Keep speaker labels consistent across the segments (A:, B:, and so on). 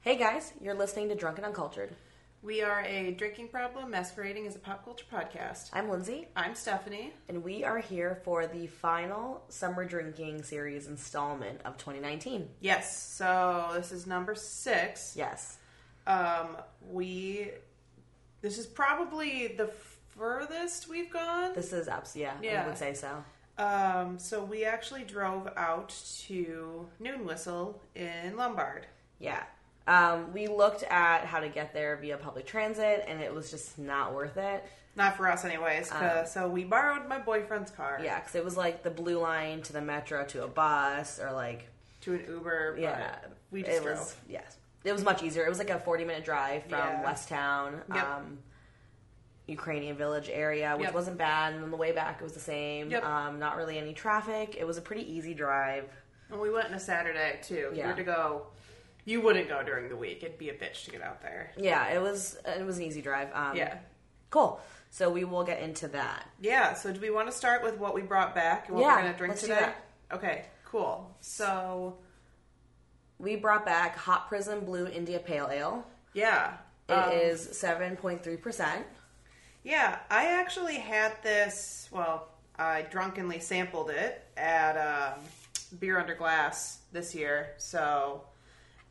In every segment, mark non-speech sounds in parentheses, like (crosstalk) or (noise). A: Hey guys, you're listening to Drunken Uncultured.
B: We are a drinking problem masquerading as a pop culture podcast.
A: I'm Lindsay,
B: I'm Stephanie.
A: and we are here for the final summer drinking series installment of 2019.
B: Yes, so this is number six.
A: Yes.
B: Um, we this is probably the furthest we've gone.
A: This is abs yeah, I
B: Yeah.
A: would say so.
B: Um, so we actually drove out to Noon Whistle in Lombard.
A: Yeah. Um, we looked at how to get there via public transit and it was just not worth it.
B: Not for us, anyways. 'cause- so we borrowed my boyfriend's car
A: Um, Yeah, because it was like the blue line to the metro to a bus or like
B: to an Uber. but
A: Yeah,
B: we just
A: it
B: drove.
A: was yes. It was much easier. It was like a forty-minute drive from
B: Yeah.
A: West Town,
B: Yep.
A: um, Ukrainian village area, which
B: Yep.
A: wasn't bad. And on the way back, it was the same.
B: Yep.
A: Um, not really any traffic. It was a pretty easy drive.
B: And we went on a Saturday too. We
A: Yeah.
B: were to go. You wouldn't go during the week. It'd be a bitch to get out there.
A: Yeah, it was. It was an easy drive. Um,
B: Yeah.
A: cool. So we will get into that.
B: Yeah. So do we want to start with what we brought back and what
A: Yeah,
B: we're gonna drink
A: let's do
B: today?
A: that.
B: Okay. Cool. So
A: We brought back Hot Prism Blue India Pale Ale.
B: yeah.
A: It
B: Um,
A: is seven point three percent.
B: Yeah. I actually had this. Well, I drunkenly sampled it at um, Beer Under Glass this year. So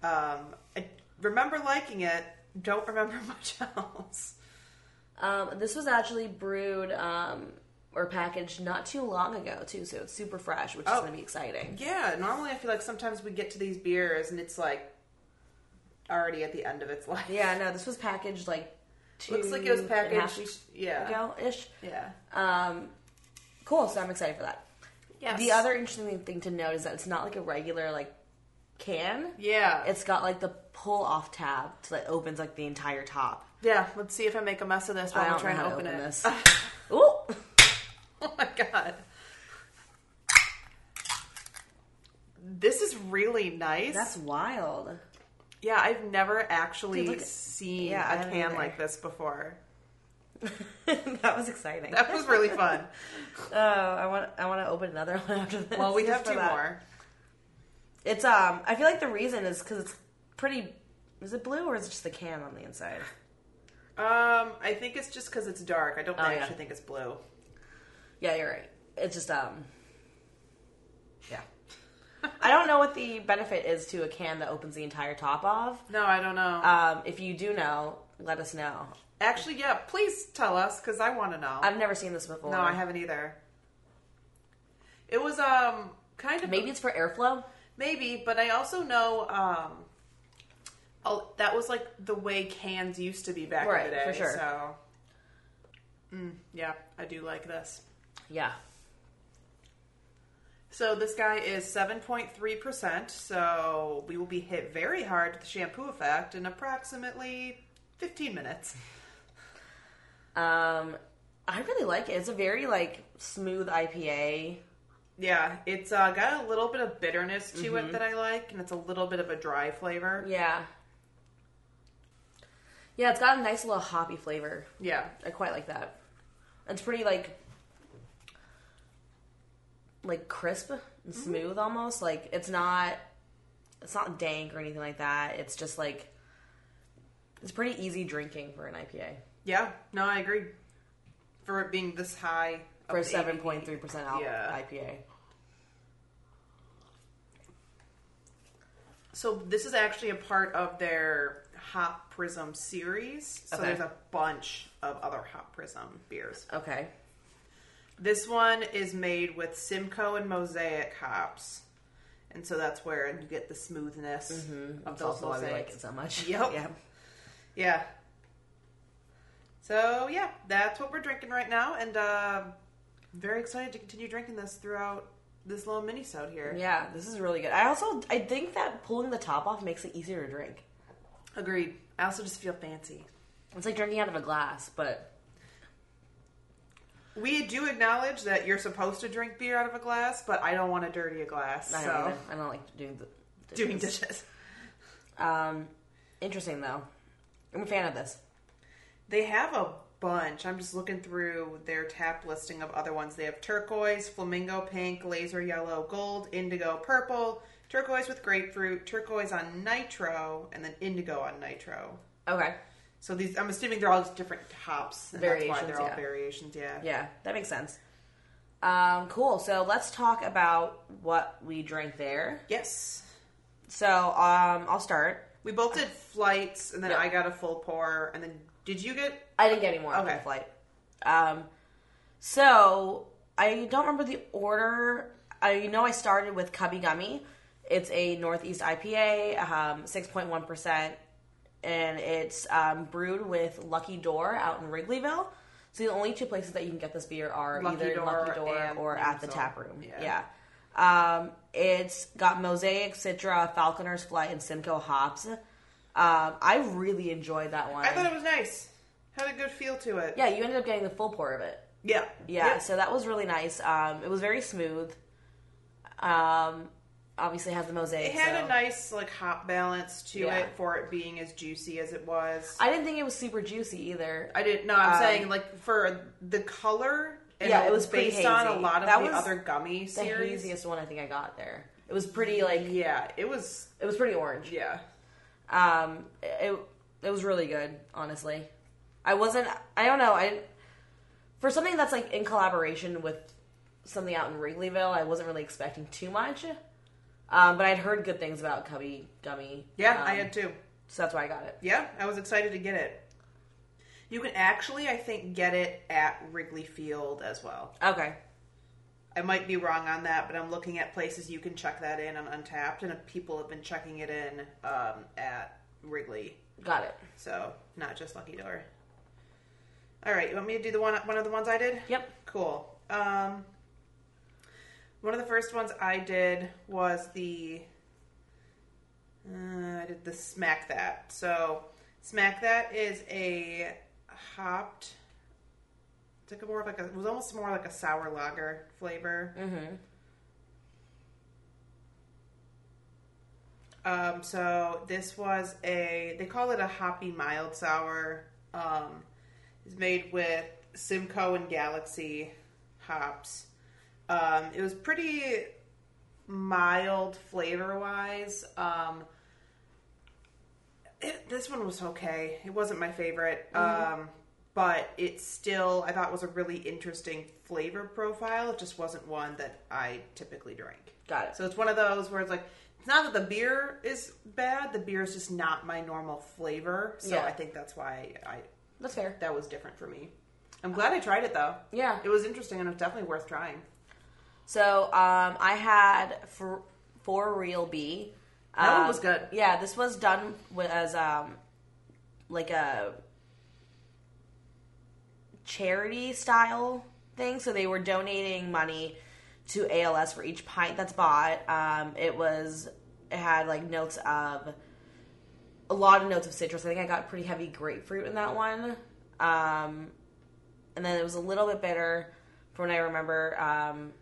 B: um, I remember liking it. Don't remember (laughs) much else.
A: Um, this was actually brewed um, or packaged not too long ago too, so it's super fresh, which is
B: Oh.
A: going to be exciting.
B: Yeah, normally I feel like sometimes we get to these beers and it's like already at the end of its life.
A: Yeah, no, this was packaged like two
B: Looks like it was
A: and a half
B: packaged.
A: weeks
B: Yeah.
A: ago ish.
B: Yeah.
A: Um, cool, so I'm excited for that.
B: Yes.
A: The other interesting thing to note is that it's not like a regular like can.
B: Yeah.
A: It's got like the pull off tab so that opens like the entire top.
B: yeah, let's see if I make a mess of this while
A: I
B: Oh, I'm
A: don't know
B: trying
A: how
B: to
A: to
B: open,
A: open
B: it.
A: this. Ooh.
B: (laughs) oh my god. This is really nice.
A: That's wild.
B: yeah, I've never actually
A: Dude, look at-
B: seen
A: Yeah, I
B: a
A: haven't
B: can
A: either.
B: like this before.
A: (laughs) that was exciting.
B: That was
A: (laughs)
B: really fun.
A: Oh, I want I want to open another (laughs) one after this.
B: well, we
A: just
B: have
A: for
B: two
A: that.
B: more.
A: It's um, I feel like the reason is because it's pretty. Is it blue or is it just the can on the inside?
B: Um, I think it's just because it's dark. I don't
A: Oh,
B: actually
A: yeah.
B: think it's blue.
A: Yeah, you're right. It's just um,
B: (laughs)
A: yeah. I don't know what the benefit is to a can that opens the entire top off.
B: No, I don't know.
A: Um, if you do know, let us know.
B: Actually, yeah, please tell us because I want to know.
A: I've never seen this before.
B: no, I haven't either. It was um kind of
A: Maybe it's for airflow.
B: maybe, but I also know um oh, that was like the way cans used to be back
A: Right,
B: in the day.
A: for sure.
B: So mm, yeah, I do like this.
A: Yeah,
B: So this guy is seven point three percent. So we will be hit very hard with the shampoo effect in approximately fifteen minutes.
A: um, I really like it. It's a very like smooth IPA.
B: Yeah, it's uh, got a little bit of bitterness to
A: Mm-hmm.
B: it that I like, and it's a little bit of a dry flavor.
A: Yeah. Yeah, it's got a nice little hoppy flavor.
B: Yeah,
A: I quite like that. It's pretty like like crisp and
B: Mm-hmm.
A: smooth almost. Like it's not it's not dank or anything like that. It's just like it's pretty easy drinking for an IPA.
B: yeah. No, I agree. For it being this high of
A: For a
B: an
A: seven point three percent
B: Yeah.
A: IPA.
B: ABV. So this is actually a part of their Hop Prism series. So
A: Okay.
B: there's a bunch of other Hop Prism beers.
A: Okay.
B: This one is made with Simcoe and Mosaic hops, and so that's where you get the smoothness of
A: Mm-hmm. That's
B: those
A: also why we
B: mosaics.
A: like it so much.
B: Yep.
A: (laughs) Yeah.
B: Yeah. So yeah, that's what we're drinking right now, and uh, very excited to continue drinking this throughout this little mini sode here.
A: Yeah, this is really good. I also I think that pulling the top off makes it easier to drink.
B: Agreed. I also just feel fancy.
A: It's like drinking out of a glass, but
B: We do acknowledge that you're supposed to drink beer out of a glass, but I don't want to dirty a glass.
A: I don't,
B: so
A: either. I don't like doing the
B: (laughs) doing dishes.
A: Um, interesting though. I'm a fan of this.
B: They have a bunch. I'm just looking through their tap listing of other ones. They have turquoise, flamingo pink, laser yellow, gold, indigo, purple, turquoise with grapefruit, turquoise on nitro, and then indigo on nitro.
A: Okay.
B: So these, I'm assuming they're all just different hops. And That's why
A: Variations,
B: they're all
A: yeah.
B: variations. Yeah.
A: Yeah, that makes sense. Um, cool. So let's talk about what we drank there.
B: Yes.
A: So um, I'll start.
B: We both did flights, and then
A: Yeah.
B: I got a full pour, and then did you get?
A: I didn't get any more on
B: Okay.
A: the flight. Um, so I don't remember the order. I know I started with Cubby Gummy. It's a Northeast IPA, um, 6.1%, and it's um, brewed with Lucky Door out in Wrigleyville. So the only two places that you can get this beer are
B: Lucky
A: either
B: Door
A: Lucky Door
B: and
A: or at the
B: Amsel.
A: tap room.
B: Yeah.
A: yeah. Um, it's got Mosaic, Citra, Falconer's Flight, and Simcoe hops. Um, I really enjoyed that one.
B: I thought it was nice. Had a good feel to it.
A: Yeah, you ended up getting the full pour of it.
B: Yeah.
A: Yeah, so that was really nice. Um, it was very smooth. Um, obviously has the mosaic.
B: It had
A: so-
B: a nice like hop balance to
A: Yeah.
B: it for it being as juicy as it was.
A: I didn't think it was super juicy either.
B: I didn't. No, I'm
A: Um,
B: saying like for the color. And
A: Yeah, it
B: all
A: was pretty
B: based on a
A: hazy.
B: lot of
A: That
B: the
A: was
B: other gummy
A: The
B: series.
A: haziest one I think I got there. It was pretty like
B: Yeah, it was.
A: it was pretty orange.
B: Yeah,
A: Um, it it was really good, honestly. I wasn't. I don't know. I for something that's like in collaboration with something out in Wrigleyville, I wasn't really expecting too much. Um, but I'd heard good things about Cubby Gummy.
B: yeah, I
A: Um,
B: had too.
A: So that's why I got it.
B: Yeah, I was excited to get it. You can actually, I think, get it at Wrigley Field as well.
A: Okay.
B: I might be wrong on that, but I'm looking at places you can check that in on Untapped, and people have been checking it in um, at Wrigley,
A: Got it.
B: so not just Lucky Door. All right, you want me to do the one one of the ones I did?
A: Yep.
B: Cool. Um, one of the first ones I did was the uh, I did the smack that. So smack that is a hopped. It's like a more of like a it was almost more like a sour lager flavor.
A: Mm-hmm.
B: Um, so this was a they call it a hoppy mild sour. Um, it's made with Simcoe and Galaxy hops. Um, it was pretty mild flavor wise. Um, it, this one was okay. It wasn't my favorite, um, but it still I thought was a really interesting flavor profile. It just wasn't one that I typically drink.
A: Got it.
B: So it's one of those where it's like, it's not that the beer is bad. The beer is just not my normal flavor. So
A: Yeah.
B: I think that's why I
A: That's fair.
B: that was different for me. I'm glad I tried it though.
A: Yeah.
B: It was interesting and it's definitely worth trying.
A: So um, I had for for real B.
B: That one
A: Um,
B: was good.
A: Yeah, this was done with, as um like a charity style thing. So they were donating money to ALS for each pint that's bought. Um, it was it had like notes of a lot of notes of citrus. I think I got pretty heavy grapefruit in that one. Um, and then it was a little bit bitter from what I remember. Um,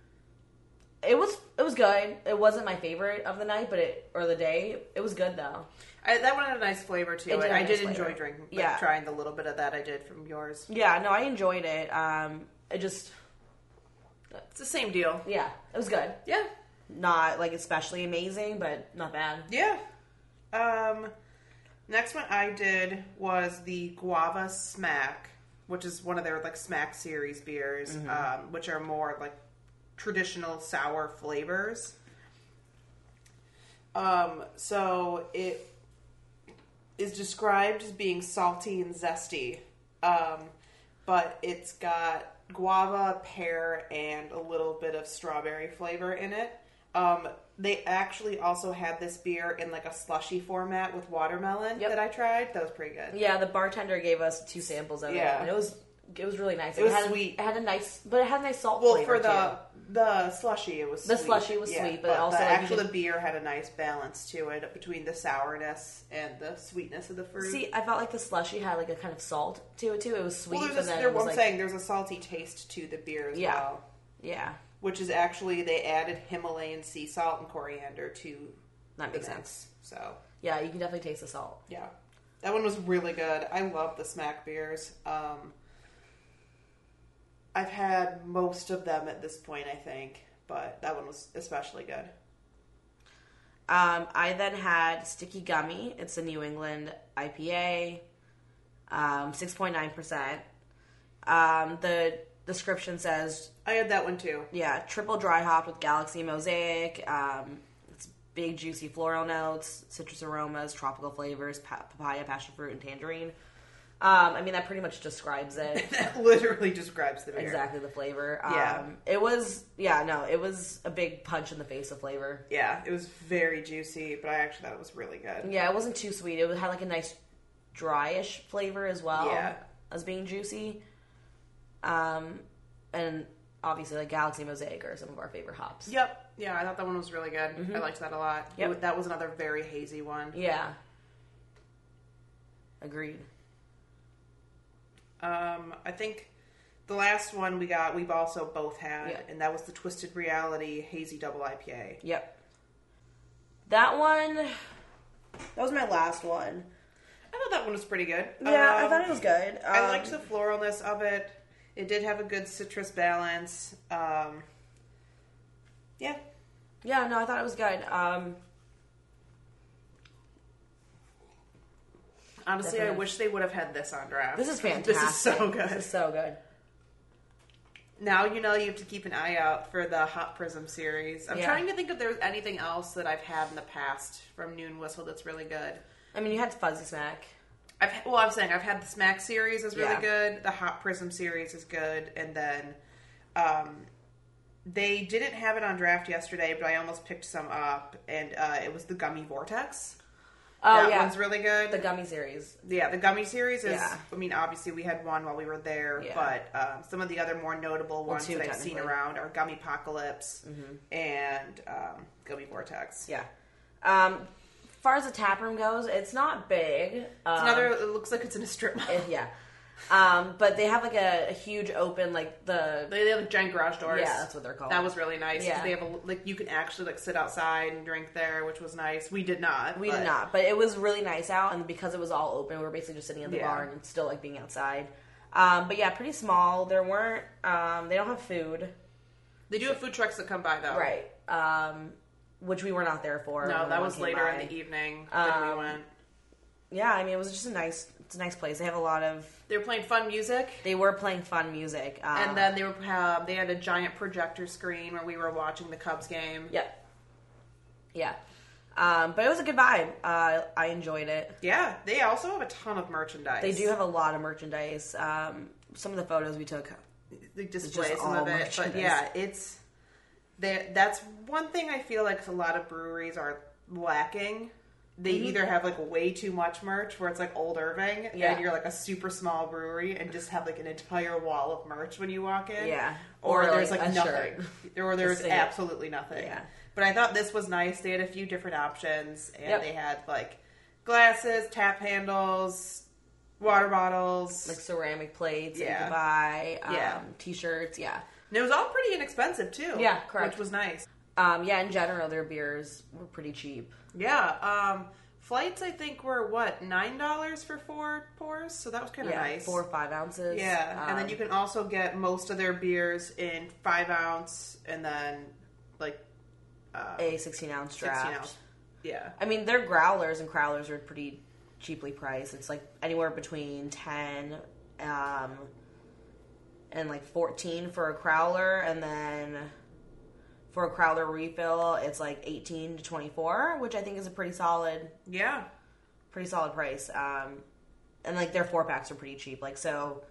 A: it was it was good. It wasn't my favorite of the night, but it or the day. It was good though.
B: I, that one had a nice flavor to
A: It
B: it.
A: did have
B: I
A: a
B: did
A: nice
B: enjoy
A: flavor.
B: drinking, like,
A: Yeah.
B: trying the little bit of that I did from yours.
A: Yeah, no, I enjoyed it. Um, it just
B: It's the same deal.
A: yeah, it was good.
B: Yeah.
A: Not like especially amazing, but not bad.
B: Yeah. Um, next one I did was the Guava Smack, which is one of their like Smack series beers, um, which are more like traditional sour flavors. Um, so it is described as being salty and zesty, um, but it's got guava, pear, and a little bit of strawberry flavor in it. Um, they actually also had this beer in like a slushy format with watermelon
A: Yep.
B: that I tried. That was pretty good.
A: Yeah, the bartender gave us two samples of
B: Yeah.
A: it, and it was it was really nice.
B: It was
A: had a-
B: sweet.
A: it had a nice, but it had a nice salt
B: Well,
A: flavor
B: for the
A: too.
B: the slushy, it was
A: The
B: sweet.
A: slushy was sweet, but also,
B: the
A: like, you
B: actual
A: could-
B: the beer had a nice balance to it between the sourness and the sweetness of the fruit.
A: See, I felt like the slushy had like a kind of salt to it too. It was sweet,
B: well,
A: and
B: there's a,
A: then
B: there,
A: it was
B: I'm
A: like
B: saying there's a salty taste to the beer as
A: Yeah.
B: well,
A: yeah,
B: which is actually they added Himalayan sea salt and coriander to
A: that
B: the
A: makes
B: mix.
A: sense.
B: So
A: Yeah, you can definitely taste the salt.
B: yeah, that one was really good. I love the smack beers. Um, I've had most of them at this point, I think, but that one was especially good.
A: Um, I then had Sticky Gummy. It's a New England IPA, um, 6.9%. Um, the description says
B: I had that one too. (laughs)
A: yeah, triple dry hopped with Galaxy Mosaic. Um, it's big, juicy floral notes, citrus aromas, tropical flavors, pa- papaya, passion fruit, and tangerine. Um, I mean, that pretty much describes it.
B: That literally describes the beer.
A: Exactly the flavor. Um,
B: Yeah.
A: It was, yeah, no, it was a big punch in the face of flavor.
B: Yeah, it was very juicy, but I actually thought it was really good.
A: Yeah, it wasn't too sweet. It had like a nice dryish flavor as well
B: Yeah.
A: as being juicy. Um, and obviously, like Galaxy Mosaic are some of our favorite hops.
B: Yep. Yeah, I thought that one was really good. I liked that a lot.
A: Mm-hmm. Yep.
B: It- That was another very hazy one.
A: Yeah. Agreed.
B: Um, I think the last one we got, we've also both had,
A: Yeah.
B: and that was the Twisted Reality Hazy Double IPA.
A: Yep. That one. That was my last one.
B: I thought that one was pretty good.
A: Yeah, I
B: Um,
A: thought it was good.
B: I
A: Um,
B: liked the floralness of it. It did have a good citrus balance. Um, yeah,
A: Yeah, no, I thought it was good. Um,
B: honestly, I
A: Definitely.
B: wish they would have had this on draft.
A: this is fantastic.
B: (laughs) This is so good.
A: This is so good.
B: now you know you have to keep an eye out for the Hot Prism series. I'm
A: Yeah.
B: trying to think if there's anything else that I've had in the past from Noon Whistle that's really good.
A: I mean, you had Fuzzy Smack.
B: I've well, I'm saying I've had the Smack series is really
A: Yeah.
B: good. The Hot Prism series is good, and then um, they didn't have it on draft yesterday, but I almost picked some up, and uh, it was the Gummy Vortex.
A: Oh
B: that
A: yeah,
B: one's really good.
A: the gummy series.
B: yeah, the Gummy series is.
A: Yeah.
B: I mean, obviously we had one while we were there,
A: Yeah.
B: but um, some of the other more notable ones
A: two,
B: that I've seen
A: technically. Mm-hmm.
B: around are Gummy Apocalypse and um, Gummy Vortex.
A: Yeah. Um, as far as the tap room goes, it's not big. Um,
B: It's another. It looks like it's in a strip mall.
A: it- yeah. Um, but they have like a, a huge open, like the
B: They they have like giant garage doors.
A: Yeah, that's what they're called.
B: That was really nice. 'cause
A: Yeah.
B: They have a, like you can actually like sit outside and drink there, which was nice. We did not.
A: We
B: but-
A: did not, but it was really nice out, and because it was all open, we were basically just sitting in the
B: Yeah.
A: bar and still like being outside. Um, but yeah, pretty small. There weren't. Um, they don't have food,
B: They do have food trucks that come by though.
A: right? Um, which we were not there for.
B: No,
A: when
B: that
A: one
B: was
A: came
B: later
A: by.
B: in the e- evening that we
A: Um,
B: went.
A: Yeah, I mean, it was just a nice. It's a nice place. They have a lot of.
B: They were playing fun music,
A: They were playing fun music. Um,
B: and then they were uh, they had a giant projector screen where we were watching the Cubs game.
A: yeah, yeah. Um, but it was a good vibe. Uh, I enjoyed it.
B: Yeah, they also have a ton of merchandise.
A: They do have a lot of merchandise. Um, some of the photos we took.
B: they display
A: just
B: some
A: all
B: of it, but
A: merchandise.
B: yeah, it's there. That's one thing I feel like a lot of breweries are lacking. They
A: Mm-hmm.
B: either have like way too much merch, where it's like old Irving,
A: Yeah.
B: and you're like a super small brewery, and just have like an entire wall of merch when you walk in.
A: Yeah.
B: or,
A: Or,
B: there's like,
A: like, a
B: nothing,
A: (laughs)
B: or there's
A: Just say it.
B: absolutely nothing.
A: Yeah.
B: But I thought this was nice. They had a few different options, and
A: Yep.
B: they had like glasses, tap handles, water bottles,
A: like ceramic plates that you
B: Yeah.
A: could buy, um,
B: Yeah.
A: t-shirts, yeah.
B: And it was all pretty inexpensive too.
A: Yeah, correct.
B: Which was nice.
A: Um, yeah, in general, their beers were pretty cheap.
B: Yeah. Um, flights I think were what nine dollars for four pours, so that was kind of
A: yeah,
B: nice.
A: four or five ounces.
B: yeah, and then
A: Um,
B: you can also get most of their beers in five ounce, and then like uh,
A: a sixteen ounce draft.
B: sixteen ounce. Yeah.
A: I mean, their growlers and crowlers are pretty cheaply priced. It's like anywhere between ten um, and like fourteen for a crowler, and then for a crowler refill, it's like eighteen to twenty four, which I think is a pretty solid
B: Yeah.
A: pretty solid price. Um, and like their four packs are pretty cheap. Like so,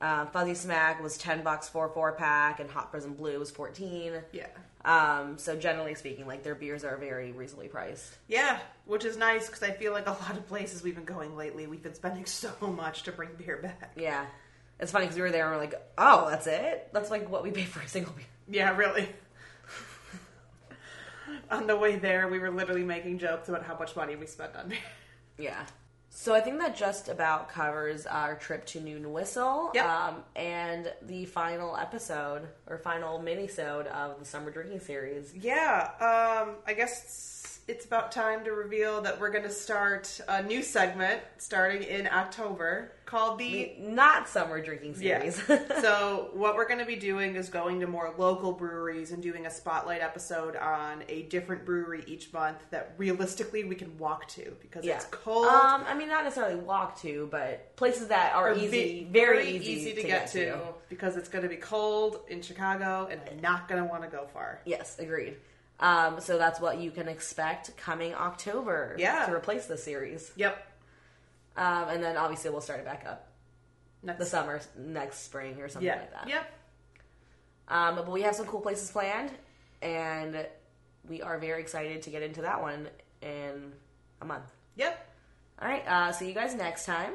A: uh, Fuzzy Smack was ten bucks for a four pack, and Hot Prison Blue was fourteen.
B: Yeah.
A: Um, so generally speaking, like their beers are very reasonably priced.
B: Yeah, which is nice because I feel like a lot of places we've been going lately, we've been spending (laughs) so much to bring beer back.
A: Yeah, it's funny because we were there and we're like, oh, that's it. That's like what we pay for a single beer.
B: Yeah, really. (laughs) on the way there, we were literally making jokes about how much money we spent on beer.
A: (laughs) Yeah. So I think that just about covers our trip to Noon Whistle
B: Yep.
A: um, and the final episode or final mini-sode of the summer drinking series.
B: Yeah, um, I guess it's, it's about time to reveal that we're going to start a new segment starting in October called the
A: Not summer drinking (laughs) series.
B: (laughs) so what we're going to be doing is going to more local breweries and doing a spotlight episode on a different brewery each month that realistically we can walk to because
A: yeah.
B: it's cold.
A: Um, I mean, not necessarily walk to, but places that are
B: or
A: easy,
B: ve-
A: very, easy, to get, to.
B: because it's going to be cold in Chicago and I'm not going to want to go far.
A: Yes, agreed. Um, so that's what you can expect coming October.
B: Yeah.
A: To replace the series,
B: Yep.
A: um, and then obviously we'll start it back up
B: Next
A: the summer next spring or something
B: yeah.
A: like that.
B: Yep.
A: Um, but we have some cool places planned, and we are very excited to get into that one in a month.
B: Yep.
A: All right, uh, see you guys next time.